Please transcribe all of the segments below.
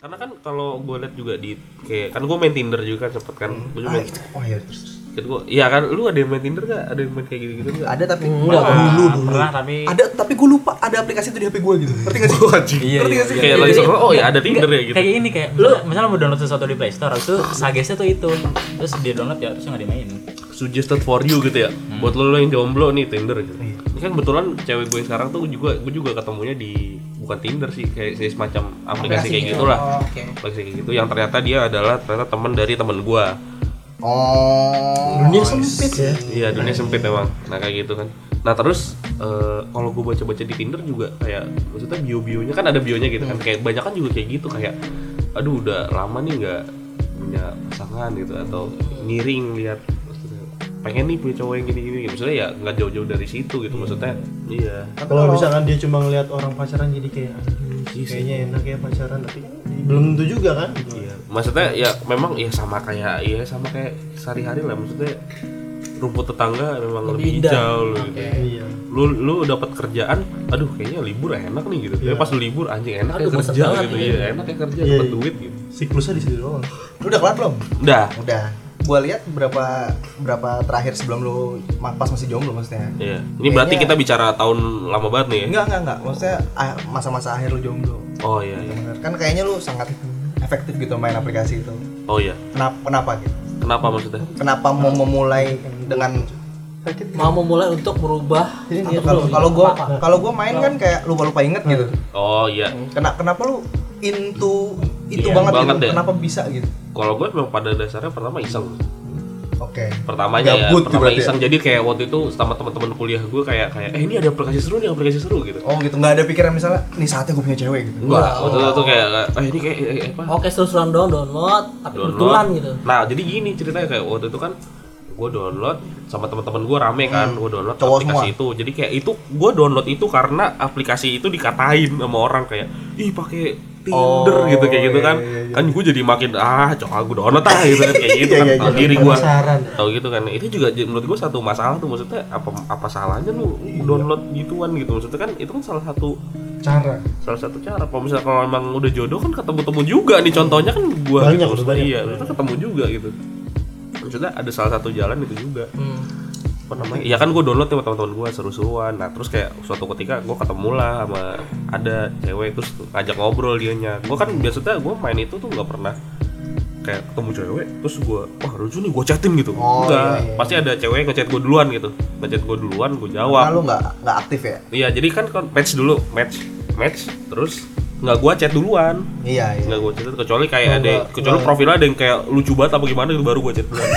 Karena kan kalau gue liat juga di kayak kan gue main Tinder juga kan sempet kan. Gue juga Ah, main itu. Oh ya terus. terus. kan gua, iya kan lu ada yang main Tinder gak? Ada yang main kayak gitu-gitu gak? Iya, Ada tapi Enggak, Pernah, pernah, dulu dulu. pernah, tapi Ada tapi gue lupa ada aplikasi itu di HP gue gitu. Ngerti gak sih? Wajib. Iya, Ngerti iya, gak sih? iya. Kayak lagi seru, oh ya ada Tinder ya gitu. kayak ini kayak lu misalnya mau download sesuatu di Play Store itu suggest-nya tuh itu terus dia download ya terus nggak dimainin Suggested for you gitu ya. Buat lo, lo yang jomblo nih Tinder gitu. Ini kan kebetulan cewek gue yang sekarang tuh juga gue juga ketemunya di bukan Tinder sih kayak kayak semacam aplikasi gitu. kayak gitulah. Oh, oke. Aplikasi kayak gitu yang ternyata dia adalah ternyata teman dari teman gue. Oh. dunia sempit ya Iya dunia sempit emang. Nah kayak gitu kan. Nah terus eh, kalau gue baca-baca di Tinder juga kayak maksudnya bio-bionya kan ada bionya gitu kan. Hmm. Kayak banyak kan juga kayak gitu kayak aduh udah lama nih nggak punya pasangan gitu atau miring lihat maksudnya, pengen nih punya cowok yang gini-gini maksudnya ya nggak jauh-jauh dari situ gitu maksudnya iya Tapi kalau misalkan dia cuma ngeliat orang pacaran jadi kayak "Aduh, kayaknya enak ya pacaran tapi belum tentu juga kan iya maksudnya ya memang ya sama kayak ya sama kayak sehari-hari lah maksudnya rumput tetangga memang lebih, indah. hijau loh gitu. iya lu lu dapat kerjaan aduh kayaknya libur enak nih gitu tapi Iya. pas lu libur anjing enak ya Aduh, bosan kerja banget gitu ini. ya enak ya kerja Iya, dapat iya. duit gitu siklusnya di situ doang Lu udah kelar belum? udah Udah. Gue lihat berapa berapa terakhir sebelum lu ma- pas masih jomblo maksudnya. Iya. ini berarti kita Kayaknya- bicara tahun lama banget nih ya Enggak enggak enggak. Maksudnya ah, masa-masa akhir lu jomblo. oh iya, iya. Bener. Kan kayaknya lu sangat efektif gitu main aplikasi itu. oh iya Kenapa kenapa gitu? kenapa maksudnya Kenapa mau memulai dengan mau memulai untuk merubah atau kalau kalau gua kalau gua main kan kayak lupa-lupa inget gitu. oh iya Kena, kenapa lu into itu Iya, banget, banget gitu? ya. Kenapa bisa gitu? kalau gue memang pada dasarnya pertama iseng Oke. pertamanya ya, Gabut tuh pertama berarti ya. iseng jadi kayak waktu itu sama teman-teman kuliah gue kayak kayak eh ini ada aplikasi seru nih aplikasi seru gitu Oh gitu, nggak ada pikiran misalnya, nih saatnya gue punya cewek gitu. enggak waktu itu tuh kayak eh ini kayak eh, apa oke terus-terusan doang download tapi Download. kebetulan gitu Nah, jadi gini ceritanya kayak waktu itu kan gue download sama teman-teman gue rame kan, gue download Hmm. Cowok aplikasi semua. itu. Jadi kayak itu gue download itu karena aplikasi itu dikatain sama orang kayak ih pakai Tinder Oh, gitu kayak gitu iya, kan. iya, iya. Kan gue jadi makin ah, coba gue download ah gitu kan kayak gitu Iya, kan iya, tahu iya. diri gue. Penasaran. Tahu gitu kan. Itu juga j- menurut gue satu masalah tuh maksudnya apa apa salahnya lu download gituan gitu. Maksudnya kan itu kan salah satu cara salah satu cara kalau misalnya kalau emang udah jodoh kan ketemu temu juga nih contohnya kan gua Banyak, gitu, udah banyak. iya ternyata ketemu juga gitu maksudnya ada salah satu jalan itu juga hmm. apa namanya ya kan gua download nih sama teman-teman gua seru-seruan nah terus kayak suatu ketika gua ketemu lah sama ada cewek terus ngajak ngobrol dianya gua kan biasanya gua main itu tuh nggak pernah kayak ketemu cewek terus gua wah lucu nih gua chatin gitu Oh, enggak iya, iya. pasti ada cewek ngechat gua duluan gitu ngechat gua duluan gua jawab Karena Nah, lu nggak nggak aktif ya? Iya, jadi kan kon- match dulu, match, match, terus nggak gua chat duluan, Iya iya. nggak gua chat kecuali kayak Oh, ada, nggak, kecuali nggak. profilnya ada yang kayak lucu banget apa gimana gitu baru gua chat duluan.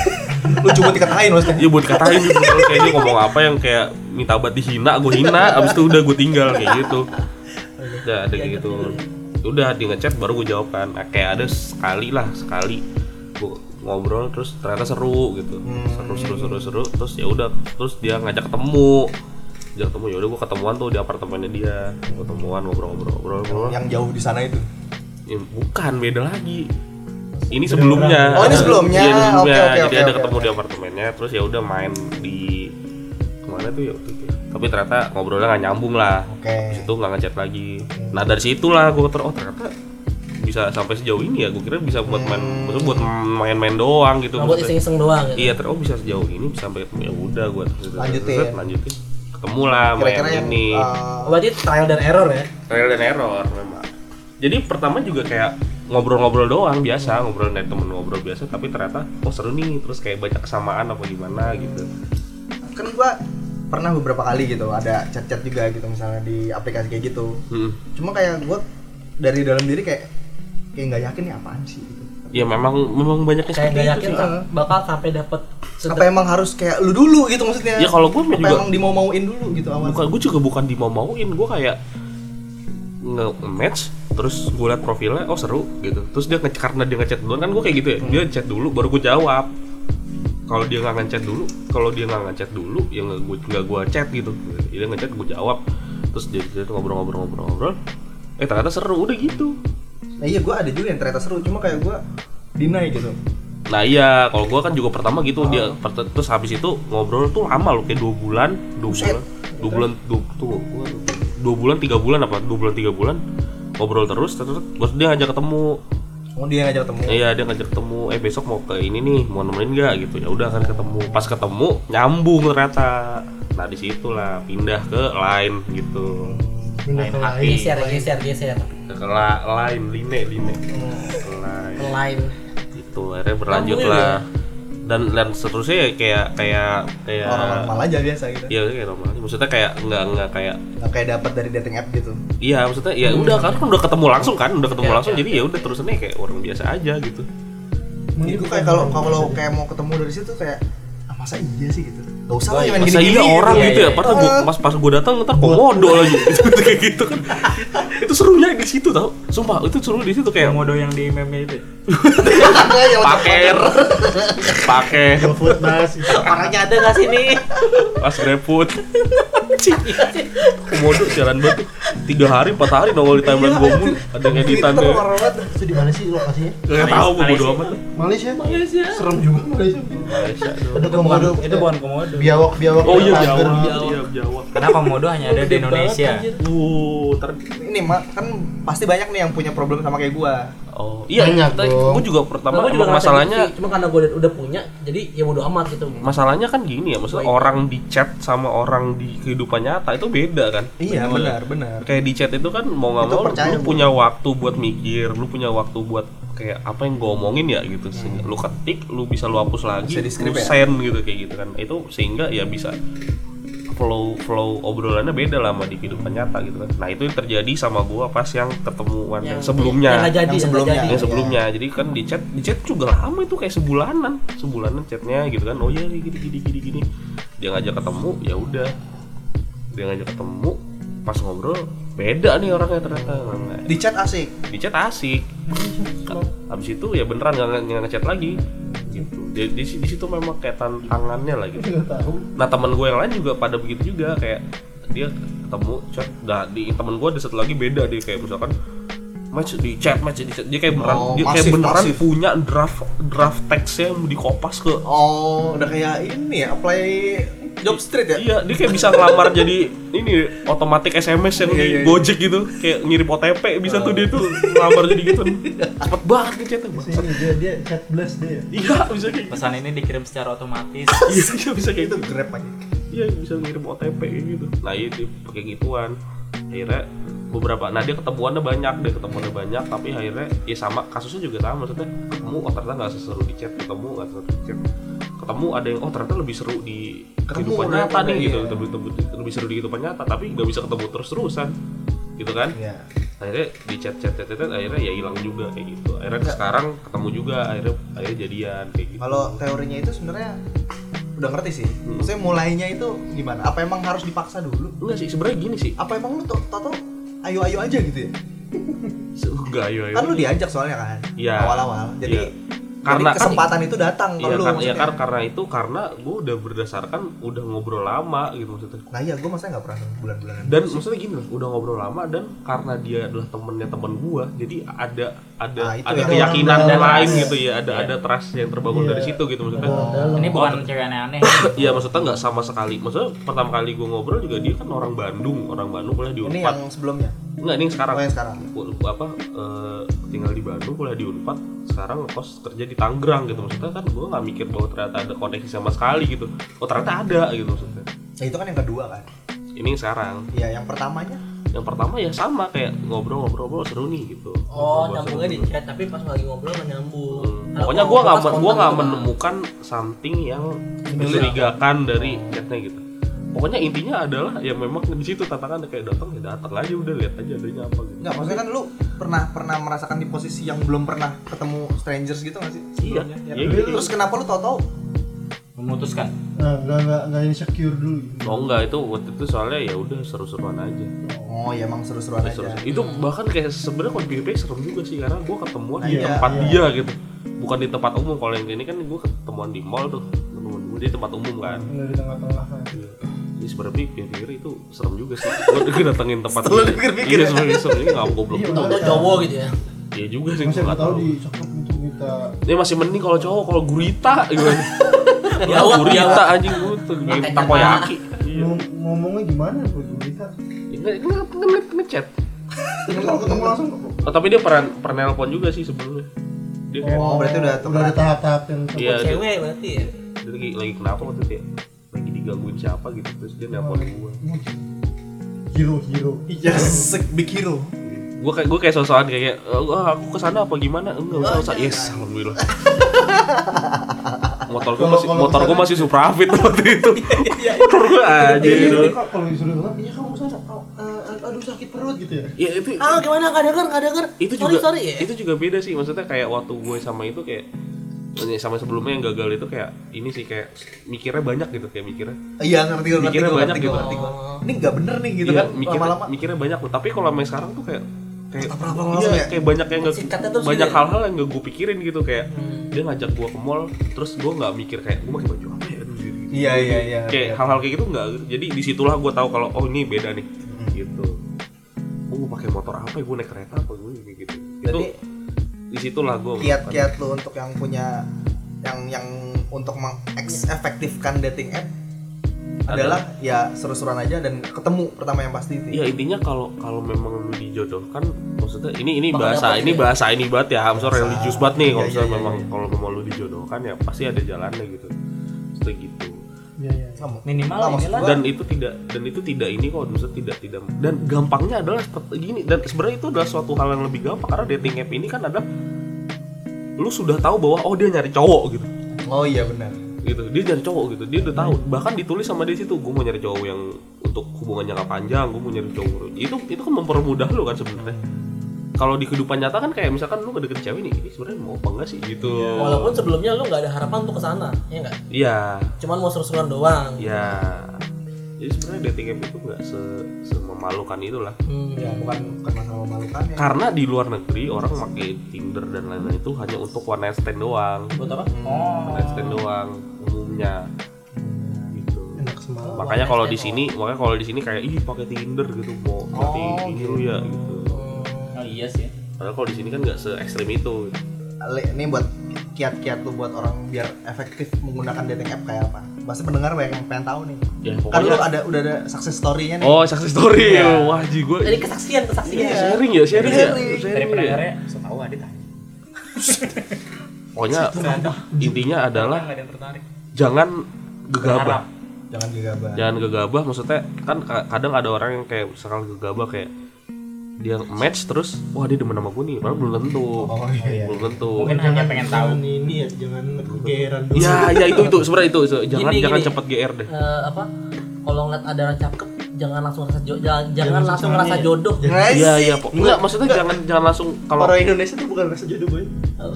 lu cuma dikatain maksudnya. Iya buat katain gitu, kalau kayak dia ngomong apa yang kayak minta obat dihina, gua hina, abis itu udah gua tinggal kayak gitu. Udah ada kayak gitu. Udah di ngechat baru gua jawab kan. Nah, kayak ada sekali lah, sekali gua ngobrol terus ternyata seru gitu. Seru seru seru seru terus ya udah terus dia ngajak ketemu dia ketemu ya udah gue ketemuan tuh di apartemennya dia ketemuan ngobrol-ngobrol ngobrol-ngobrol Yang jauh di sana itu. Ya, bukan beda lagi ini sebelumnya Oh, ini sebelumnya. Iya, ini sebelumnya. Oke, oke, jadi oke, ada oke, ketemu oke. di apartemennya terus ya udah main di kemana tuh ya waktu itu ya. tapi ternyata ngobrolnya nggak nyambung lah Oke. Habis itu nggak ngechat lagi nah dari situlah gue ter oh ternyata bisa sampai sejauh ini ya gue kira bisa buat main maksudnya buat main-main doang gitu Nah, buat maksudnya. iseng-iseng doang gitu iya ter oh bisa sejauh ini bisa sampai ketemu. ya udah gue Lanjutin. lanjutin ketemu lah main Kira-kira yang ini eh, berarti trial dan error ya trial dan error memang jadi pertama juga kayak ngobrol-ngobrol doang biasa ngobrol dari temen ngobrol biasa tapi ternyata oh seru nih terus kayak banyak kesamaan apa gimana gitu kan gua pernah beberapa kali gitu ada chat-chat juga gitu misalnya di aplikasi kayak gitu. hmm. Cuma kayak gua dari dalam diri kayak kayak nggak yakin nih apaan sih gitu. ya memang memang banyaknya kayak seperti nggak itu yakin sih. ah, bakal sampai dapet Apa emang harus kayak lu dulu gitu maksudnya? ya kalau gue apa juga emang dimau-mauin dulu gitu awal? bukan gue juga bukan dimau-mauin gue kayak nge-match terus gue liat profilnya oh seru gitu terus dia nge karena dia ngechat duluan kan gue kayak gitu ya dia chat dulu baru gue jawab kalau dia nggak ngechat dulu kalau dia nggak ngechat dulu ya nggak gue nggak gue chat gitu dia ngechat gue jawab terus dia dia ngobrol-ngobrol-ngobrol-ngobrol eh ternyata seru udah gitu Nah, iya gua ada juga yang ternyata seru cuma kayak gua deny gitu. Nah iya, kalau gua kan juga pertama gitu dia pert- terus habis itu ngobrol tuh lama loh kayak dua bulan, dua Buset. bulan, dua bulan, dua, tuh, gua- dua bulan tiga bulan apa dua bulan tiga bulan ngobrol terus terus terus dia ngajak ketemu Oh dia ngajak ketemu. Iya dia ngajak ketemu, eh besok mau ke ini nih, mau nemenin nggak gitu ya udah kan ketemu, pas ketemu nyambung ternyata, nah disitulah pindah ke lain gitu, Pindah ke lain. geser geser geser ke la- lain line line, ke lain lain itu akhirnya berlanjut Nyambungin lah dan dan seterusnya ya kayak kayak kayak Orang normal aja biasa gitu. ya kayak normal, maksudnya kayak nggak nggak kayak Nggak kayak dapat dari dating app gitu. Iya maksudnya ya udah kan udah ketemu langsung kan udah ketemu Hmm. Iya, langsung iya, jadi ya udah terusannya kayak orang biasa aja gitu. itu kayak gitu. kalau kalau kayak mau ketemu dari situ kayak ah, masa iya sih gitu. Gak usah lah main Masa iya gini-gini. orang iya, gitu iya, ya padahal gua Eh. pas pas gua datang ntar komodo lagi gitu, kayak gitu kan. itu serunya di situ tau. Sumpah itu seru di situ kayak modo yang di meme itu. Iya, orang- pakai pakai GoFood mas. orangnya ada nggak sih nih pas greput komodo jalan banget tuh. tiga hari empat hari nongol di timeline gua mulu ada yang Twitter editan deh orang banget. Itu di mana sih lokasinya? nggak tahu gua bodo Malaysia. amat Malaysia. Malaysia. Serem juga Malaysia. Malaysia Ada Itu bukan komodo. itu bukan komodo. Biawak biawak. oh iya tiger. Jawa iya Jawa Karena komodo hanya ada di Indonesia. uh ntar Ini mak kan pasti banyak nih yang punya problem sama kayak gua. Oh iya, Banyak kita- dong. gua juga pertama Gua juga emang ngerasa masalahnya gitu sih. cuma karena gue udah punya jadi ya bodo amat gitu masalahnya kan gini ya, maksudnya orang di chat sama orang di kehidupan nyata itu beda kan. Iya benar benar. Kayak di chat itu kan mau nggak Itu mau percaya lu gua. punya waktu buat mikir, lu punya waktu buat kayak apa yang gua omongin ya gitu. Sehingga Lu ketik, lu bisa lu hapus lagi, Hmm. Bisa lu di-script ya? send gitu kayak gitu kan. Itu sehingga ya bisa flow flow obrolannya beda lah sama di kehidupan nyata gitu kan. Nah, itu yang terjadi sama gua pas yang ketemuan yang, sebelumnya. yang nggak jadi Yang yang nggak sebelumnya. Iya. jadi yang sebelumnya jadi kan di chat di chat juga lama itu kayak sebulanan sebulanan chatnya gitu kan oh ya gini gini gini gini dia ngajak ketemu ya udah dia ngajak ketemu pas ngobrol beda nih orangnya ternyata Nah, Di chat asik. di chat asik habis itu ya beneran nggak nggak- nggak ngechat lagi gitu di, di, di situ memang kayak tantangannya lah gitu Iya, Nggak tahu. nah teman gue yang lain juga pada begitu juga kayak dia ketemu chat nah di teman gue ada satu lagi beda dia kayak misalkan match di chat match di chat dia kayak beneran Oh, dia masif, kayak beneran masif. punya draft draft teksnya yang dikopas ke Oh, udah kayak ini ya, apply job street ya? Iya, dia kayak bisa ngelamar jadi ini otomatis SMS yang Iya, di iya, iya. Gojek gitu, kayak ngirim OTP bisa tuh dia tuh ngelamar jadi gitu. Cepet banget nih chatnya. Bang. Sini dia dia chat blast dia. ya? Iya, bisa kayak gitu. Pesan ini dikirim secara otomatis. Iya, iya, bisa kayak Itu gitu. grab aja. Iya, bisa ngirim OTP kayak gitu. Nah, iya dia pakai gituan. Akhirnya beberapa nah dia ketemuannya banyak dia ketemuannya banyak tapi akhirnya ya sama kasusnya juga sama maksudnya ketemu oh ternyata nggak seseru di chat ketemu nggak seseru di chat ketemu ada yang oh ternyata lebih seru di Ketemu, kehidupan nyata iya. nih gitu lebih, lebih- lebih seru di kehidupan nyata tapi nggak bisa ketemu terus terusan gitu kan Iya. akhirnya di chat chat chat, chat, akhirnya ya hilang juga kayak gitu akhirnya sekarang ketemu juga akhirnya akhirnya jadian kayak gitu Kalau teorinya itu sebenarnya udah ngerti sih. Maksudnya mulainya itu gimana? Apa emang harus dipaksa dulu? enggak sih sebenarnya gini sih Apa emang lu to- toto ayo-ayo aja gitu ya? Se- enggak ayo ayo Kan lu diajak soalnya kan Iya. awal-awal. Jadi Iya. karena Karena kan- kesempatan itu datang ke Iya lu. karena, ya, maksudnya. kar- karena itu karena gue udah berdasarkan udah ngobrol lama gitu maksudnya Nah iya, gue masa nggak pernah bulan-bulanan. dan maksudnya gini loh udah ngobrol lama dan karena dia adalah temennya teman gue jadi ada ada Nah, itu ada ya. keyakinan Ada lain trust. gitu ya ada Iya. ada trust yang terbangun Iya. dari situ gitu maksudnya Ada dalam. Ini bukan cewek aneh-aneh. Iya maksudnya nggak sama sekali. Maksudnya pertama kali gue ngobrol juga dia kan orang Bandung, orang Bandung kuliah di Ini Unpad. yang sebelumnya. Enggak ini yang sekarang. Oh, yang sekarang. Ku- apa eh, tinggal di Bandung kuliah di Unpad sekarang ngekos kerja di Tangerang gitu maksudnya kan gue nggak mikir bahwa ternyata ada koneksi sama sekali gitu oh ternyata ada gitu maksudnya Nah itu kan yang kedua kan. ini yang sekarang Iya, yang pertamanya yang pertama ya sama kayak ngobrol-ngobrol seru nih gitu oh Ngobrol-ngobrol nyambungnya seru. di chat tapi pas lagi ngobrol nggak nyambung Hmm. Kalau Pokoknya gue ngobrol nggak kan gue spontan nggak gitu, Bang. menemukan something yang mencurigakan dari chatnya gitu. Pokoknya intinya adalah ya memang di situ tantangan kayak datang ya datang aja udah lihat aja adanya apa gitu. Enggak, maksudnya kan lu pernah pernah merasakan di posisi yang belum pernah ketemu strangers gitu gak sih? Iya. sebelumnya? Iya, Ya, iya, iya. Terus kenapa lu tau-tau? Memutuskan. Nah, nggak nggak nggak insecure dulu. Oh enggak itu waktu itu soalnya ya udah seru-seruan aja. Oh ya emang seru-seruan aja. Seru-seruan. Itu Hmm. bahkan kayak sebenarnya kalau di PHP serem juga sih karena gue ketemuan Nah, di iya, tempat iya. dia gitu. Bukan di tempat umum kalau yang ini kan gue ketemuan di mall tuh ketemuan gue di tempat umum kan. Nggak di tengah-tengah kan. Jadi sebenarnya pikir-pikir itu serem juga sih. Gue datengin tempat Setelah dia. dipikir-pikir. Iya sebenarnya serem ini nggak goblok. ya. Iya, Tau-tau cowok gitu ya Iya juga sih Masih gue nggak nggak tahu tahu. di coklat itu minta Ini masih mending kalau cowok kalau gurita gitu. Iya. Ya, Kalau wah, gurita ya, anjing gue tuh gini Makanya takoyaki. Iya. Ngom- ngomongnya gimana Bu Gurita? Ini nge- nge- nge- ngechat. Kalau ketemu langsung kok. Oh, tapi dia pernah pernah nelpon juga sih sebelumnya. dia kayak Oh, berarti udah udah ada tukeran. tahap-tahap yang Iya, Buat dia- cewek berarti ya dia lagi, lagi kenapa waktu itu ya lagi digangguin siapa gitu terus dia nelfon gue hero hero Iya. yes big hero gue kayak gue kayak sosokan kayak "Eh, wah aku kesana apa gimana enggak Oh, usah usah yes alhamdulillah motor gue Kalau- masih kalau motor gue kesana- masih suprafit waktu itu Iya, motor gue aja gitu Kok Iya, kalau disuruh bilang iya kamu sana oh, eh, aduh sakit perut gitu ya ya itu ah gimana gak denger gak denger itu sorry juga sorry ya itu juga beda sih maksudnya kayak waktu gue sama itu kayak sama sebelumnya yang gagal itu kayak ini sih kayak mikirnya banyak gitu kayak mikirnya Iya ngerti ngerti Mikirnya gua, banyak ngerti, gua, gitu. ngerti gua. Ini nggak bener nih gitu Iya, kan mikirnya, lama-lama. mikirnya banyak loh tapi kalau main sekarang tuh kayak kayak Apa-apa iya, langsung ya? kayak banyak yang gak, Sikatnya tuh banyak sih Hmm. ya? hal-hal yang gak gue pikirin gitu kayak dia ngajak gue ke mall terus gue nggak mikir kayak gue pakai baju apa ya aduh, gitu. Iya iya iya. kayak hal-hal kayak gitu nggak jadi disitulah gue tahu kalau oh ini beda nih Hmm. gitu gue mau pakai motor apa ya gue naik kereta apa gue kayak gitu itu Jadi- disitulah gue kiat-kiat lu untuk yang punya yang yang untuk mengefektifkan dating app adalah ya seru-seruan aja dan ketemu pertama yang pasti itu. ya intinya kalau kalau memang lu dijodohkan maksudnya ini ini Bakal bahasa dapet ini ya? bahasa ini banget ya hamsor Bahasa. religius banget nih kalau Iya, misalnya iya, iya, memang iya. kalau memang lu dijodohkan ya pasti ada jalannya gitu Maksudnya gitu iya iya Kamu. Minimal Nah, maksud inilah. gua, dan itu tidak dan itu tidak ini kok maksudnya tidak tidak dan gampangnya adalah seperti gini dan sebenarnya itu adalah suatu hal yang lebih gampang karena dating app ini kan ada lu sudah tahu bahwa oh dia nyari cowok gitu Oh iya benar. gitu dia nyari cowok gitu dia udah tahu bahkan ditulis sama dia situ gue mau nyari cowok yang untuk hubungannya nggak panjang gue mau nyari cowok itu itu kan mempermudah lo kan sebenarnya kalau di kehidupan nyata kan kayak misalkan lu ngedeketin cewek nih ini sebenarnya mau apa enggak sih gitu Iya. walaupun sebelumnya lu gak ada harapan untuk kesana ya nggak iya cuman mau seru-seruan doang iya jadi sebenarnya dating app itu nggak se sememalukan itulah Hmm. Ya bukan bukan masalah memalukan ya. karena di luar negeri orang pakai Tinder dan lain-lain itu hanya untuk one night stand doang buat apa one night stand doang umumnya gitu enak semalam makanya kalau di sini makanya kalau di sini kayak ih pakai Tinder gitu mau berarti ini lu ya gitu Oh iya sih. padahal kalau di sini kan nggak se ekstrim itu Ale- Ini buat kiat-kiat lu buat orang biar efektif menggunakan dating app kayak apa? Pasti pendengar banyak yang pengen tahu nih. ya Kan lu pokoknya ada udah ada success story-nya nih. Iya. oh success story wah ji gue jadi kesaksian kesaksian sharing ya sharing ya Sharing. sharing Dari ya pendengarnya, setahu adit aja. pokoknya intinya adalah Nggak ada yang tertarik. jangan gegabah Berharap. Jangan gegabah. jangan gegabah maksudnya kan ka- kadang ada orang yang kayak misalkan gegabah kayak dia match terus wah dia demen sama gue nih padahal belum tentu Oh iya. belum tentu Mungkin hanya pengen tahu. jangan ini ya jangan kegeeran dulu ya ya itu itu sebenarnya itu, itu. jangan Gini, jangan gini. cepet gr deh Eh, apa kalau ngeliat ada orang cakep jangan langsung ngerasa jo- jangan, jangan langsung secara ngerasa ini ya. jodoh Iya iya po- Enggak maksudnya jangan jangan langsung kalau orang Indonesia tuh bukan rasa jodoh boy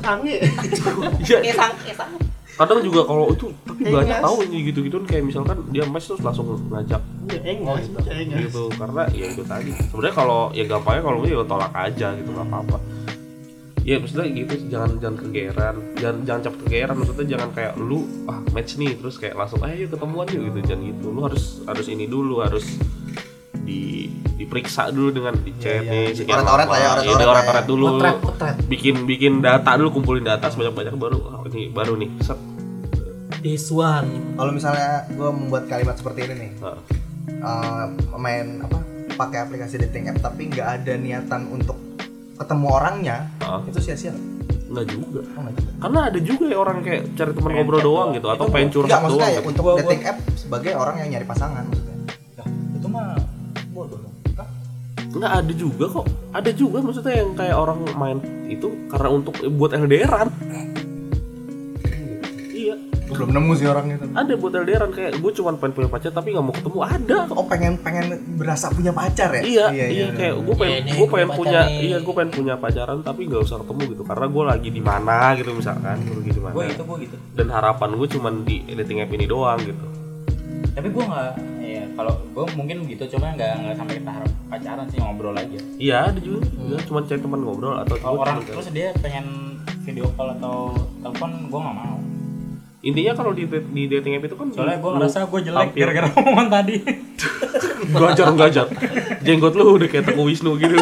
sange Iya. kayak sang kayak sang kadang juga kalau itu tapi Kayak banyak ngas. tahu gitu gitu kayak misalkan dia match terus langsung ngajak Oh, ya enggak sih enggak gitu karena ya itu tadi sebenarnya kalau ya gampangnya kalau gue ya tolak aja gitu nggak apa-apa ya maksudnya gitu sih, jangan jangan kegeran jangan jangan cepet kegeran maksudnya jangan kayak lu ah match nih terus kayak langsung ayo ketemuan yuk gitu jangan gitu lu harus harus ini dulu harus di diperiksa dulu dengan di chat iya. nih sekian Oret-oret lama. lah ya, Iya, oret-oret lah ya. oret-oret dulu potret potret bikin bikin data dulu kumpulin data sebanyak banyak baru oh, ini baru nih set this one Kalau misalnya gue membuat kalimat seperti ini nih, Nah, eh, main apa pakai aplikasi dating app tapi nggak ada niatan untuk ketemu orangnya, Ah. itu sia-sia. nggak juga Oh, nggak juga. karena ada juga ya orang kayak cari teman Pengen ngobrol chat doang doang. gitu atau Itu pengen Nggak, curhat maksudnya doang ya gitu. untuk Gua- gua- dating app sebagai orang yang nyari pasangan maksudnya. Itu mah bodoh. Hah? nggak ada juga kok ada juga maksudnya yang kayak orang main itu karena untuk buat LDRan iya Gua belum nemu sih orangnya itu. ada buat LDRan kayak gue cuma pengen punya pacar tapi nggak mau ketemu ada kok Oh pengen pengen berasa punya pacar ya? Iya, iya, kayak gue pengen, Iya, nih, gue pengen gua punya, pacarin. iya gue pengen punya pacaran tapi gak usah ketemu gitu karena gue lagi di mana gitu misalkan, gue lagi di mana. Gue gitu, gue gitu. Dan harapan gue cuman di dating app ini doang gitu. Tapi gue nggak, ya kalau gue mungkin gitu, cuma nggak nggak sampai kita harap pacaran sih ngobrol aja. Iya, ada juga, juga cuman cari teman ngobrol atau gua Kalau orang cuman- terus dia pengen video call atau telepon, gue nggak mau. Intinya kalau di, di dating app itu kan Soalnya gue lu ngerasa gue jelek tampil. gara-gara omongan tadi. Gajar gajar. Jenggot lu udah kayak Teguh Wisnu gitu. Nah,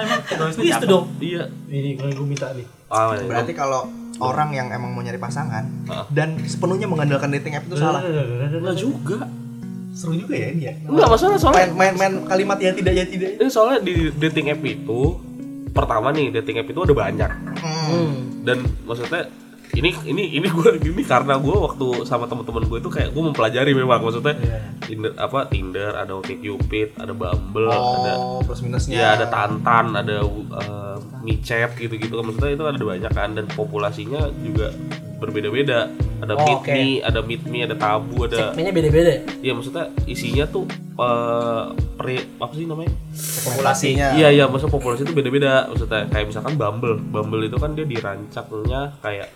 emang egois tuh Wih, itu cakep. dong iya. ini kalau gue minta nih Ah, iya. Berarti kalau orang yang emang mau nyari pasangan Ah. dan sepenuhnya mengandalkan dating app itu salah. enggak juga. Seru juga ya ini ya. Enggak masalah soalnya Main main main kalimat ya tidak ya tidak. ini soalnya di dating app itu pertama nih dating app itu ada banyak. Hmm. hmm. dan maksudnya ini ini ini gue ini karena gue waktu sama teman-teman gue itu kayak gue mempelajari memang maksudnya Iya. Tinder apa Tinder ada OkCupid ada Bumble ada oh plus minusnya ya ada Tantan ada uh, micet gitu-gitu maksudnya itu ada banyak kan dan populasinya juga berbeda-beda ada Oh, Meet oke. Me ada Meet Me ada Tabu ada Segmennya beda-beda ya? ya maksudnya isinya tuh uh, pre apa sih namanya populasinya Iya iya, maksudnya populasi itu beda-beda. Maksudnya kayak misalkan Bumble, Bumble itu kan dia dirancangnya kayak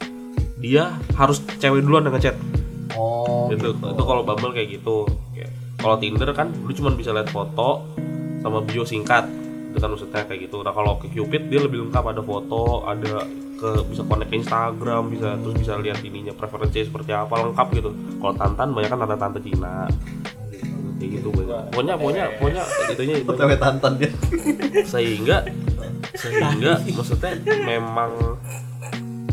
dia harus cewek duluan yang ngechat. oh itu Gitu. itu kalau Bumble kayak gitu. Kayak- Kalau Tinder kan lu cuma bisa lihat foto sama bio singkat. Itu kan maksudnya kayak gitu. Nah kalau ke Cupid dia lebih lengkap ada foto, ada ke bisa connect ke Instagram, bisa terus bisa lihat ininya preferensinya seperti apa lengkap gitu. Kalau Tantan banyak kan tante-tante Cina kayak gitu banyak. Pokoknya pokoknya pokoknya itunya itu Otw ya, tantan dia sehingga sehingga maksudnya memang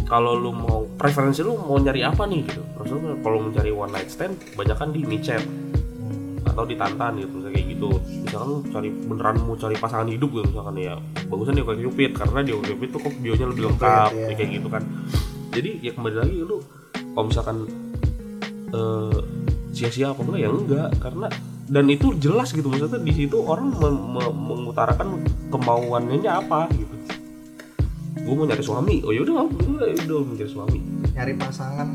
kalau lu mau preferensi lu mau nyari apa nih gitu maksudnya kalau mau cari one night stand banyak kan di micet atau ditantan gitu misalnya kayak gitu misalkan lu cari beneran mau cari pasangan hidup gitu misalkan ya bagusan di Cupid karena di Cupid tuh kok bionya lebih lengkap Komplit, ya. kayak gitu kan jadi ya kembali lagi lu kalau misalkan eh, sia-sia apa enggak ya enggak karena dan itu jelas gitu maksudnya di situ orang mem- mem- mengutarakan kemauannya apa gitu gue mau nyari suami oh yaudah gue udah mau nyari suami nyari pasangan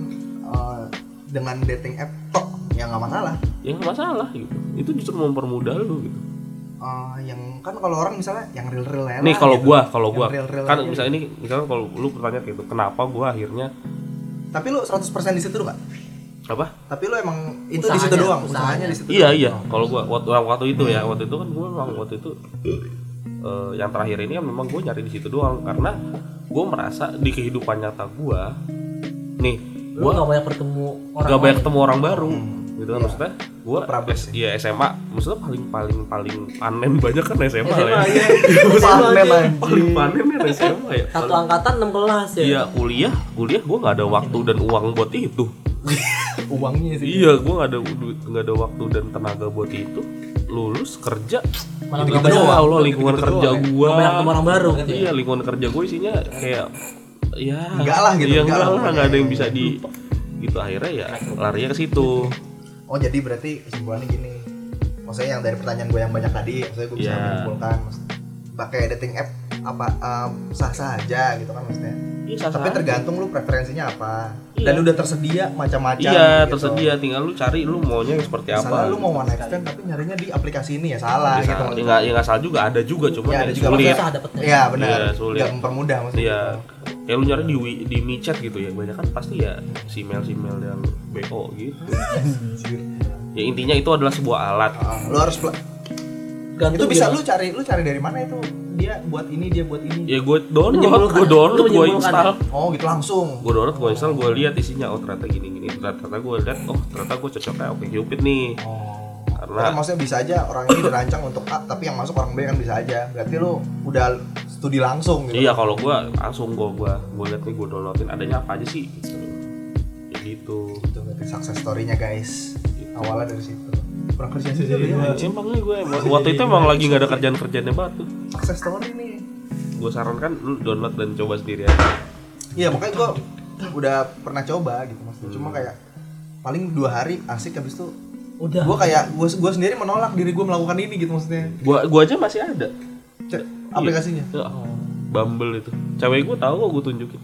eh, dengan dating app tok ya nggak masalah ya nggak masalah gitu itu justru mempermudah lu gitu Eh, yang kan kalau orang misalnya yang real real nih kalau gua kalau gua gitu? Yang real-real kan aja. misalnya ini misalnya kalau lu pertanyaan kayak gitu kenapa gua akhirnya tapi lu 100% di situ nggak apa tapi lu emang itu di Usahanya, situ doang usahanya. usahanya di situ iya doang. iya kalau gua waktu waktu itu ya waktu itu kan gua memang waktu itu eh, yang terakhir ini kan memang gua nyari di situ doang karena gua merasa di kehidupan nyata gua nih Lu gua gak banyak bertemu orang nggak banyak lain. ketemu orang baru gitu kan Iya. maksudnya gua Problem S- sih. iya SMA maksudnya paling paling paling panen banyak kan SMA, SMA, lah ya iya. Panen lah. paling panen kan SMA ya Satu angkatan 6 kelas ya? Iya kuliah, kuliah gue nggak ada waktu dan uang buat itu. uangnya sih Iya, gue nggak ada duit, nggak ada waktu dan tenaga buat itu. Lulus kerja, Malah gitu nggak banyak doang Allah lingkungan Gitu-gitu kerja Gitu doang, ya. gue. Nggak banyak ketemu orang baru gitu ya? Iya, lingkungan kerja gue isinya kayak ya Enggak lah gitu, Iya, enggak enggak lah lah, pokoknya. nggak ada yang bisa di gitu akhirnya ya larinya ke situ. oh jadi berarti kesimpulannya gini maksudnya yang dari pertanyaan gue yang banyak tadi maksudnya gue bisa Iya. menyimpulkan maksud- pakai dating app apa em, sah-sah aja gitu kan maksudnya Iya, tapi sah-sah. tergantung lu preferensinya apa Iya. dan udah tersedia macam-macam Iya, gitu. tersedia tinggal lu cari lu maunya yang seperti apa. Salah lu mau one night stand tapi nyarinya di aplikasi ini ya salah Ya, gitu. salah. Ya, nggak- ya, nggak salah juga ada juga cuman Ya, ya, ada juga sulit. Susah dapetnya Iya benar. Iya, sulit. Gak mempermudah maksudnya. Iya. Ya lu nyari di wi- di micet gitu ya. Banyak kan pasti ya si mail si mail yang BO gitu. ya intinya itu adalah sebuah alat. Ah, lu harus pela- itu Gantung bisa gitu. lu cari lu cari dari mana itu dia buat ini dia buat ini Ya gue download, Menyimpulkan. gue Lu download, gue menyimpulkan install. oh gitu langsung Gue download, gue install, gue lihat isinya oh ternyata gini gini. Ternyata gue lihat oh ternyata gue cocoknya oke Cupid nih. oh kan Karena maksudnya bisa aja orang ini dirancang untuk A tapi yang masuk orang B kan bisa aja berarti lu udah studi langsung gitu iya kalau gue langsung gue gue gue lihat nih gue downloadin adanya apa aja sih. Gitu. Ya gitu. itu berarti sukses story-nya guys Gitu. awalnya dari situ Iya, kurang kerja sih Jadi jadi Ya, gua- Emangnya gue emang, waktu itu emang lagi nggak ada kerjaan kerjaannya banget tuh. sukses story nih Gue sarankan lu download dan coba sendiri aja. iya makanya gua udah pernah coba gitu maksudnya Hmm. cuma kayak paling dua hari asik habis itu Udah gua kayak gua, gua sendiri menolak diri gua melakukan ini gitu maksudnya Gua gua aja masih ada. Iya. Cek, aplikasinya Itu Iya. Bumble itu. Cewek gua tahu kok gua tunjukin.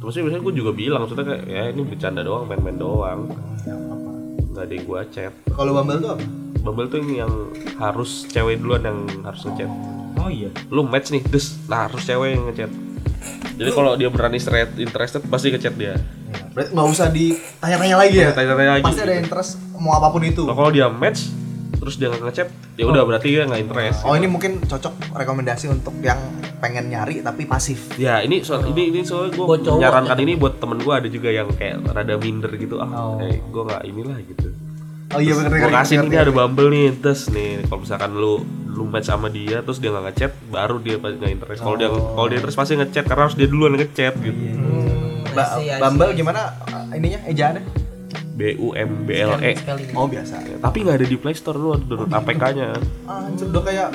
Terus biasanya gua juga bilang maksudnya kayak ya ini bercanda doang, main-main doang. Ya, apa-apa. Nggak ada yang gua chat. kalau Bumble tuh apa? Bumble tuh yang harus cewek duluan yang harus ngechat. Oh iya. Lu match nih, des. Nah, harus cewek yang ngechat. Jadi kalau dia berani interested, interested pasti ngechat dia. Ya, berarti nggak usah ditanya-tanya lagi ya Tanya-tanya lagi. pasti ada interest mau apapun itu Nah, kalau dia match terus dia nggak ngechat, ya udah berarti dia nggak interest. oh ini mungkin cocok rekomendasi untuk yang pengen nyari tapi pasif Ya ini soal ini ini soalnya gue Buat cowok. menyarankan ini buat temen gue ada juga yang kayak rada minder gitu ah eh, gue nggak inilah gitu. oh iya bener Gue kasih ini ya. ada bumble nih terus nih kalau misalkan lu lu match sama dia terus dia nggak ngechat baru dia pasti nggak interest. Kalau dia Oh. kalau dia terus pasti ngechat karena harus dia duluan ngechat gitu. Iya, Ba- I see, I see. Bumble gimana uh, ininya ejaannya B U M B L E. Sekali. oh biasa Tapi nggak ada di Play Store lu ada download APK-nya. anjir udah kayak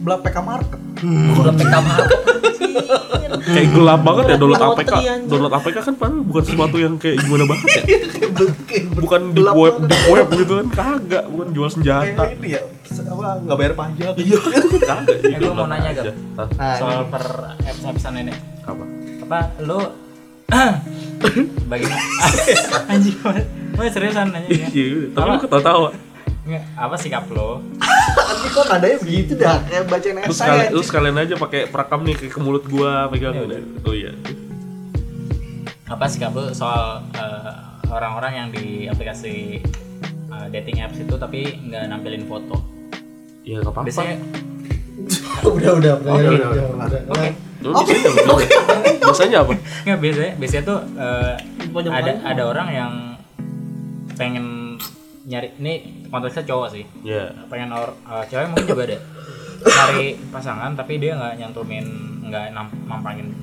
belah PK market Belum PK market. kayak gelap banget ya download Loteri, APK anjir. download APK kan pan bukan sesuatu yang kayak gimana banget ya bukan di Gelap web banget. di web gitu kan kagak bukan jual senjata kayak ini ya se- apa nggak bayar pajak iya kagak Eh, gua mau nanya, Gap. Hah? nah, ini. soal per episode ini apa apa lu bagaimana anjing banget. Wah, seriusan nanya ya iya tapi lu ketawa-tawa Nggak, apa sikap lo tapi kok nadanya begitu dah kayak bacain Eh, lu esai sekalian, aja. lu sekalian aja pakai perekam nih ke, ke mulut gua pegang Iya, oh iya apa sikap lo soal eh, orang-orang yang di aplikasi eh, dating apps itu tapi nggak nampilin foto ya nggak apa-apa biasanya udah udah udah Oke, udah, udah, udah, udah. oke Lu biasanya apa? biasanya apa nggak biasanya biasanya tuh eh, Banyak ada banget. ada orang yang pengen nyari ini konteksnya cowok sih ya pengen or, eh, cewek mungkin juga ada cari pasangan tapi dia nggak nyantumin nggak nam- nampangin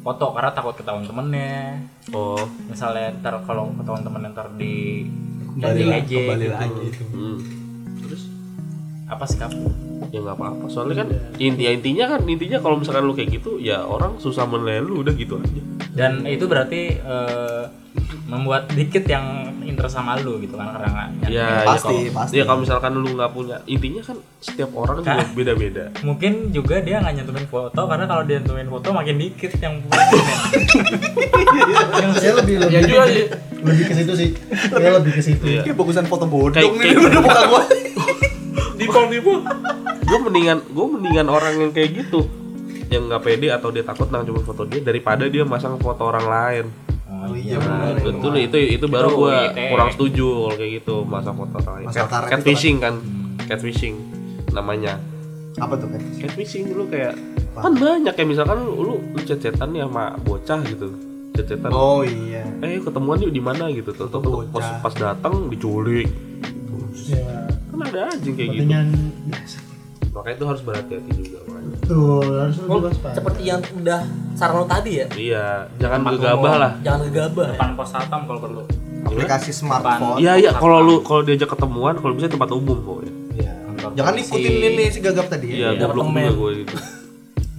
foto karena takut ketahuan temennya oh misalnya ntar kalau ketahuan temennya ntar di Kembali lah, aja kembali gitu. lagi itu hmm. terus apa sikap ya nggak apa-apa soalnya kan intinya intinya kan intinya kalau misalkan lu kayak gitu ya orang susah menilai lu udah gitu aja dan itu berarti eh, membuat dikit yang interest sama lu gitu kan karena nggak nyantumin ya, ya, pasti, foto. kalau- pasti. ya kalau misalkan lu nggak punya intinya kan setiap orang juga Hah? beda-beda mungkin juga dia nggak nyantumin foto karena kalau dia nyantumin foto makin dikit yang punya saya lebih lebih lebih ke situ sih saya lebih ke situ Iya. kayak bagusan foto Kayak- bodong nih kayak- udah buka gua di tol gue mendingan gue mendingan orang yang kayak gitu yang nggak pede atau dia takut nang cuma foto dia daripada dia masang foto orang lain Oh, iya nah, benar. betul itu itu baru Itu gue ide. kurang setuju kalau kayak gitu masang foto orang lain Masang Cat- karet catfishing kan catfishing namanya apa tuh kan catfishing lu kayak kan banyak ya misalkan lu lu cecetan nih sama bocah gitu cecetan oh iya eh yuk ketemuan yuk di mana gitu tuh tuh tuh, pas, Bocah. pas datang diculik ya kan ada aja yang kayak gitu pentingan biasa makanya itu harus berhati-hati juga makanya tuh harus lebih waspada Oh, Seperti yang udah saran lo tadi ya. iya jangan Tempat gegabah umum. lah Jangan gegabah. ya. depan pos satpam kalau perlu aplikasi smartphone iya iya kalau lu kalau diajak ketemuan kalau bisa tempat umum kok ya Iya. jangan ikutin ini si gagap tadi ya iya Iya, goblok apartemen. juga gue gitu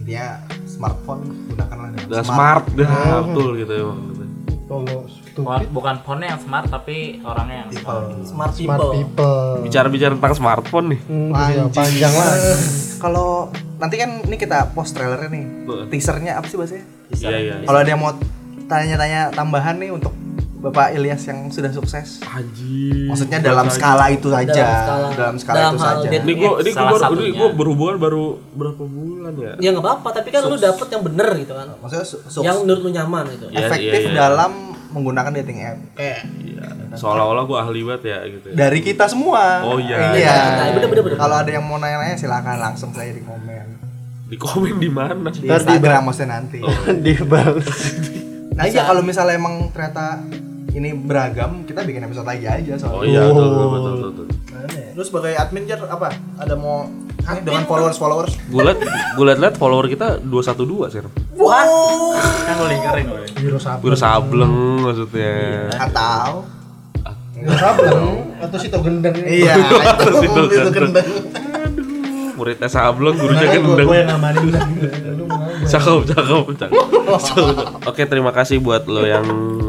dia smartphone gunakanlah dengan udah smart dah betul gitu emang gitu. kalau Bukan, stupid bukan phone-nya yang smart tapi orangnya yang smart. Smart smart people. people bicara-bicara tentang smartphone nih Hmm, Anjing. iya, panjang lah kalau nanti kan ini kita post trailernya nih Heeh. teasernya apa sih bahasanya iya iya kalau ada yang mau tanya-tanya tambahan nih untuk Bapak Ilyas yang sudah sukses Anjir. maksudnya dalam skala itu saja Hmm. Dalam skala- dalam skala, dalam itu hal saja dating. ini gue ini gue Salah baru ini satunya. gue berhubungan baru berapa bulan ya Ya nggak apa-apa, tapi kan lu dapet yang bener gitu kan. maksudnya su- su- Yang menurut lu nyaman gitu. Iya, efektif iya, iya. dalam menggunakan dating app Eh, Iya, seolah-olah gue ahli banget ya gitu ya. dari kita semua Oh, iya. iya Nah, bener, bener, bener. kalau ada yang mau nanya-nanya silakan langsung saya di komen di komen di mana di Ntar di- Instagram maksudnya nanti Oh, dibalas nah iya kalau misalnya emang ternyata ini beragam kita bikin episode lagi aja oh soalnya iya betul betul betul, betul, betul. Oh, iya. lu sebagai admin jar apa ada mau eh, dengan followers followers gue liat gue liat liat follower kita 212 sih Kan lu lingkarin gue. virus apa Guru sableng maksudnya atau virus sableng atau si gendeng iya Terus itu itu itu kan. kendeng muridnya sableng gurunya Makanya gua- gendeng gua yang ngamanin Lu mau gua- cakep cakep cakep Cakep. oke terima kasih buat lo yang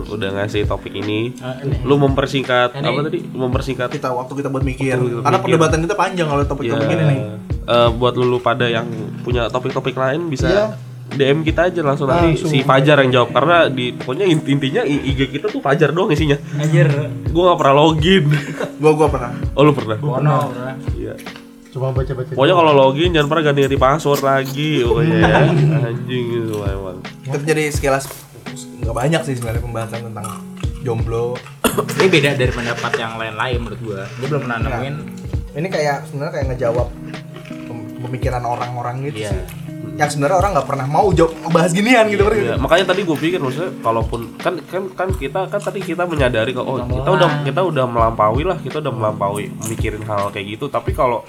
udah ngasih topik Ah, ini lo mempersingkat Ini- apa tadi Lu mempersingkat kita waktu kita buat mikir Iya. Waktu kita karena mikir. perdebatan kita panjang kalau topik ya topik ini nih eh, buat lulu pada yang punya topik-topik lain bisa Iya. DM kita aja langsung nanti Langsung. si Fajar yang jawab karena di pokoknya int- intinya I- IG kita tuh Fajar doang isinya Anjir. gue gak pernah login gua gua pernah oh lu pernah Porno, bro. iya cuma baca-baca pokoknya kalau login jangan pernah ganti-ganti password lagi pokoknya ya anjing itu emang itu jadi sekilas nggak banyak sih sebenarnya pembahasan tentang jomblo Ini beda dari pendapat yang lain-lain menurut gua. Gua belum pernah nemuin ini kayak sebenarnya kayak ngejawab pem- pemikiran orang-orang gitu Iya. sih yang sebenarnya orang nggak pernah mau jawab ngebahas ginian gitu berarti Ya, makanya tadi gue pikir maksudnya kalaupun kan kan kan kita kan tadi kita menyadari kalau oh kita udah kita udah melampaui lah kita udah melampaui mikirin hal kayak gitu tapi kalau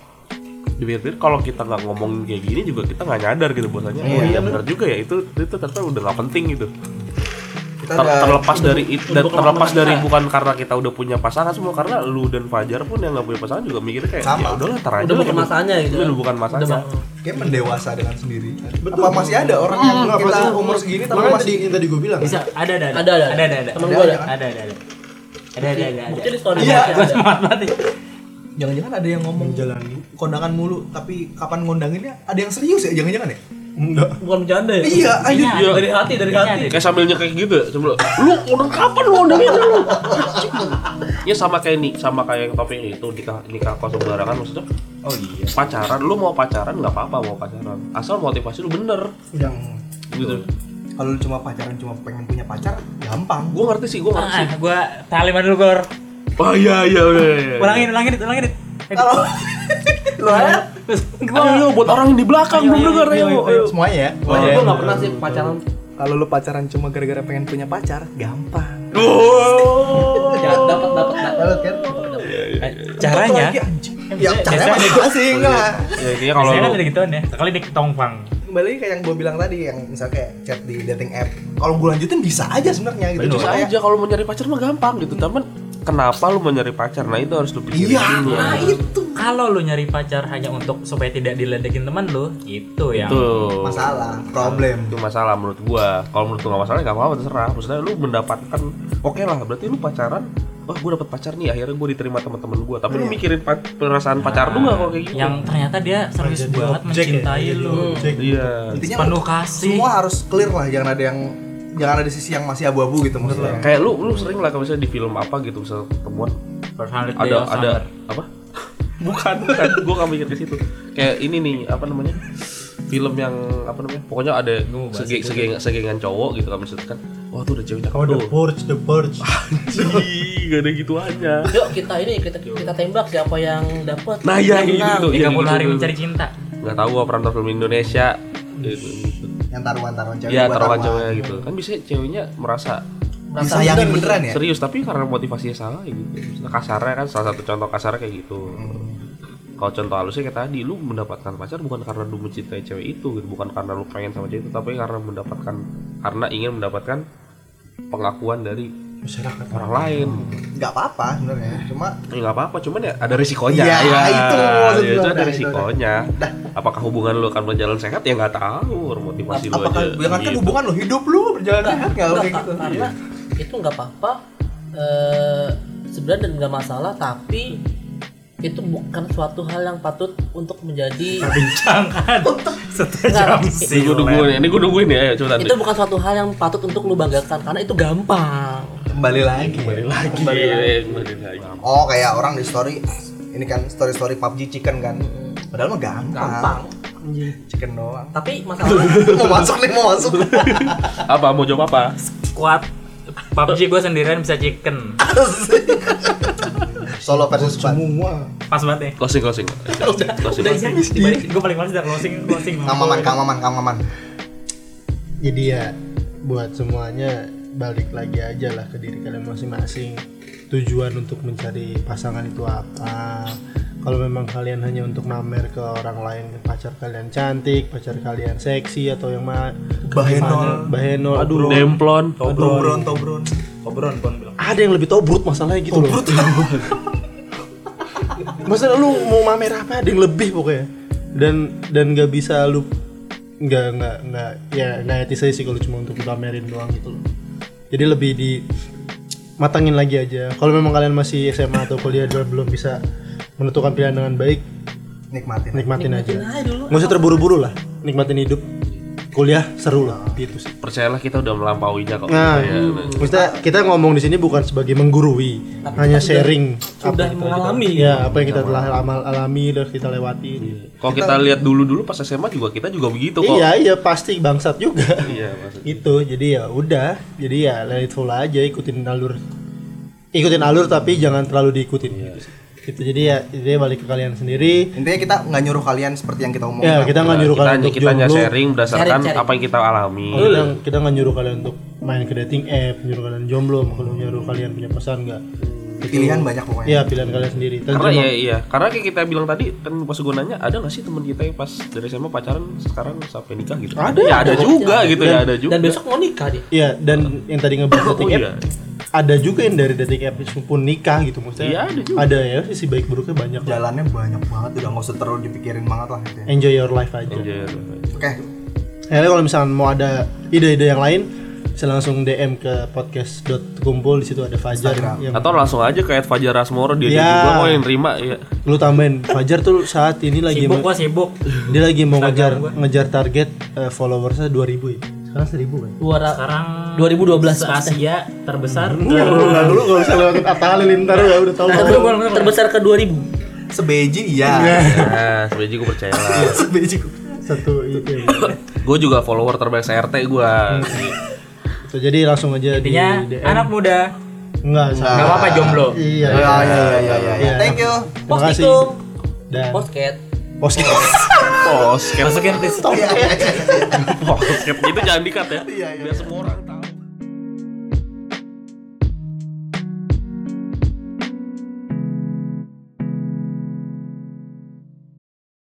dipikir kalau kita nggak ngomongin kayak gini iya, juga kita nggak nyadar gitu bahasanya oh iya benar juga ya itu itu ternyata udah nggak penting gitu itu kita Ter- udah terlepas dari it- dan untuk terlepas lama-lama. dari bukan karena kita udah punya pasangan semua karena lu dan Fajar pun yang nggak punya pasangan juga mikirnya kayak Sama. ya udahlah ntar aja Udah lah bukan hidup." masanya gitu Udah kan. bukan masanya Udah, kayak mendewasa dengan sendiri apa masih ada orang yang kita umur segini tapi Makanya masih tadi yang tadi gue bilang Bisa, ada ada Ada, ada. ada ada ada Temen ada gua ada. ada ada ada. ada ada ada Mungkin ada. di story Iya. masih ada. jangan-jangan ada yang ngomong menjalani kondangan mulu tapi kapan ngondanginnya ada yang serius ya jangan-jangan ya enggak Bukan bercanda ya. iya anjir Kayaknya Iya. ada. Dari hati, dari Kayaknya hati. kayak sambil nyekek gitu ya, sambil lu udah kapan lu udah gitu lu Anjing lu." ya sama kayak nih sama kayak yang topik itu nikah nikah kos sembarangan maksudnya Oh iya. pacaran lu mau pacaran nggak apa-apa mau pacaran asal motivasi lu bener yang gitu kalau lu cuma pacaran cuma pengen punya pacar gampang gue ngerti sih gue ngerti sih Ah, gua taliman dulu gor. oh iya iya udah iya, iya. Ulangin, ulangin, Dit, ulangin. Eh, Dit. kalau lu ada ayo ayo, buat orang yang di belakang belum dengar ayo ayo semuanya ya Iya, Gua gak pernah sih pacaran. kalau lu pacaran cuma gara-gara pengen punya pacar gampang Oh. Ya, dapat dapat dapat. kan Eh, Caranya. ya caranya masing-masing lah ya kayaknya Kalau kalau lu ada gituan ya. Kali di ketongpang. kembali lagi kayak yang gue bilang tadi yang misalnya kayak chat di dating app kalau gue lanjutin bisa aja sebenarnya gitu bisa Cuma kayak, aja kalau mau nyari pacar mah gampang gitu temen kenapa lu mau nyari pacar nah itu harus lu pikirin iya dulu nah itu Kalau lu nyari pacar hanya untuk supaya tidak diledekin teman lu, gitu ya. tuh masalah problem itu masalah menurut gua kalau menurut lu nggak masalah nggak apa-apa terserah maksudnya lu mendapatkan oke lah berarti lu pacaran wah gua dapet pacar nih akhirnya gua diterima teman-teman gua tapi lu mikirin pa- perasaan pacar lu nggak kalau kayak gitu Iya. Yang ternyata dia serius Jadi banget objek ya, mencintai jadi lu. objek. iya intinya Penuh kasih. semua harus clear lah jangan ada yang jangan ada sisi yang masih abu-abu gitu maksudnya kayak lu lu sering lah kalau misalnya di film apa gitu misalnya ketemuan Personality ada of ada summer. apa bukan bukan gua nggak mikir ke situ kayak ini nih apa namanya film yang apa namanya pokoknya ada Gua mau bahas sege, sege, segengan cowok gitu kan misalkan wah tuh ada cewek cakep Oh, the tuh. purge, the purge. Ih, gak ada gitu aja Yuk kita ini kita kita tembak siapa yang dapat. nah ya gitu tuh iya, 30 gitu, hari gitu. mencari cinta. nggak tahu gua penonton film Indonesia gitu, gitu. yang taruhan-taruhan cewek ya buat taruhan ceweknya gitu kan bisa ceweknya merasa disayangin beneran ya serius tapi karena motivasinya salah ya gitu Maksudnya kasarnya kan salah satu contoh kasarnya kayak gitu Hmm. kalau contoh halusnya kayak tadi lu mendapatkan pacar bukan karena lu mencintai cewek itu gitu. bukan karena lu pengen sama cewek itu tapi karena mendapatkan karena ingin mendapatkan pengakuan dari Masyarakat orang Hmm. lain gitu. nggak apa-apa sebenarnya cuma Ya nggak apa-apa, cuman ya ada risikonya. Iya, itu maksud ya, gua, Nah. itu ada udah, risikonya. Apakah hubungan lu akan berjalan sehat? Ya nggak tahu. Motivasi lu aja. apakah jangan kan gitu. Nah, hubungan lo hidup lu berjalan sehat nggak Enggak, kayak gitu Kak, karena itu nggak apa-apa eh sebenarnya dan nggak masalah tapi itu bukan suatu hal yang patut untuk menjadi kan? Jangan. Enggak, Setelah jam itu- Ini gue nungguin, silet. ini gue nungguin ya. Ayo, coba itu bukan suatu hal yang patut untuk lu banggakan karena itu gampang kembali lagi Kembali lagi. Kembali lagi. Eh, Kembali lagi. oh kayak orang di story ini kan story story PUBG chicken kan padahal mah gampang, gampang chicken doang tapi masalahnya mau masuk nih mau masuk Apa mau jawab apa? Kuat. PUBG gue sendirian bisa chicken. solo versus ban Semua. Pas banget ya. deh. Closing, closing. udah Closing. udah closing. ini dibalik Gue iya, paling males dari closing closing. kamaman kamaman kamaman Jadi ya buat semuanya balik lagi aja lah ke diri kalian masing-masing. Tujuan untuk mencari pasangan itu apa? Kalau memang kalian hanya untuk namer ke orang lain, ke pacar kalian cantik, pacar kalian seksi atau yang mana? Bahenol. Bahenol. Aduh, Demplon. tobron tobron Obron pon bilang. ada yang lebih tobrut masalahnya gitu loh. Maksudnya lu mau mamer apa ada yang lebih pokoknya. Dan dan nggak bisa lu nggak nggak nggak ya nggak etis aja sih kalau cuma untuk dipamerin doang gitu loh. Jadi lebih di matangin lagi aja. Kalau memang kalian masih SMA atau kuliah dan belum bisa menentukan pilihan dengan baik, nikmatin nikmatin, Nikmatin aja dulu. aja. Nggak usah terburu-buru lah. Nikmatin hidup. Kuliah seru lah gitu sih. Percayalah kita udah melampauinya kok. Nah, Ya, kita kita ngomong di sini bukan sebagai menggurui, hanya sharing sudah mengalami ya apa yang kita telah amal alami dan kita lewati. Iya. Kalau kita lihat dulu-dulu pas SMA juga kita juga begitu kok. Iya iya pasti bangsat juga. Iya, maksud- itu jadi ya udah, jadi ya let it flow aja ikutin alur, ikutin alur tapi jangan terlalu diikutin. Iya. Gitu. sih. Gitu, jadi ya jadi balik ke kalian sendiri. intinya kita nggak nyuruh kalian seperti yang kita omongin Ya kita nggak nyuruh Kita kalian hanya untuk kita hanya jomblo. Oh, sharing berdasarkan Sharing, sharing. apa yang kita alami. Kita, kita nggak nyuruh kalian untuk main ke dating app, nyuruh kalian jomblo, kalau nyuruh kalian punya pesan nggak. Itu- Pilihan banyak pokoknya. Iya, pilihan kalian sendiri. Dan karena cuma- iya iya karena kayak kita bilang tadi kan pas gue nanya ada nggak sih teman kita yang pas dari SMA pacaran sekarang sampai nikah gitu Ada, ya ada, juga gitu ya ada juga Dan besok mau nikah dia. Iya, dan yang tadi ngebahas Oh, dating app, iya. ada juga yang dari dating app pun nikah gitu maksudnya. Iya, ada juga. Ada ya sisi baik buruknya banyak lah. Jalannya banyak banget udah nggak usah terlalu dipikirin banget lah gitu. ya. Enjoy your life aja. Anjir. Oke. Akhirnya kalau misalnya mau ada ide-ide yang lain, bisa langsung DM ke podcast.kumpul di situ ada Fajar Instagram. yang atau langsung aja kayak Fajar Asmoro dia Iya. juga kok yang terima ya lu tambahin Fajar tuh saat ini lagi sibuk mau- gua sibuk dia lagi mau ngejar Instagram gua. ngejar target eh, followersnya 2000 ya. Sekarang 1000 kan. Dua sekarang 2012 se Asia terbesar Lalu lu gak bisa lewatin Atalin ntar ya udah tahu. terbesar ke 2000 Sebeji iya. nah sebenarnya gue percaya lah Sebeji. ku- Satu iya, itu. gue juga follower terbaik RT gue Iya. So, jadi langsung aja di intinya DM. anak muda Enggak, nggak salah. apa-apa jomblo Iya. Iya iya iya iya iya. Iya. Thank you. Terima kasih. Postikum. Dan Posket. Bos kita. posket masukin please Iya, iya, iya. posket itu jangan dikat ya Iya, iya, biar semua orang tahu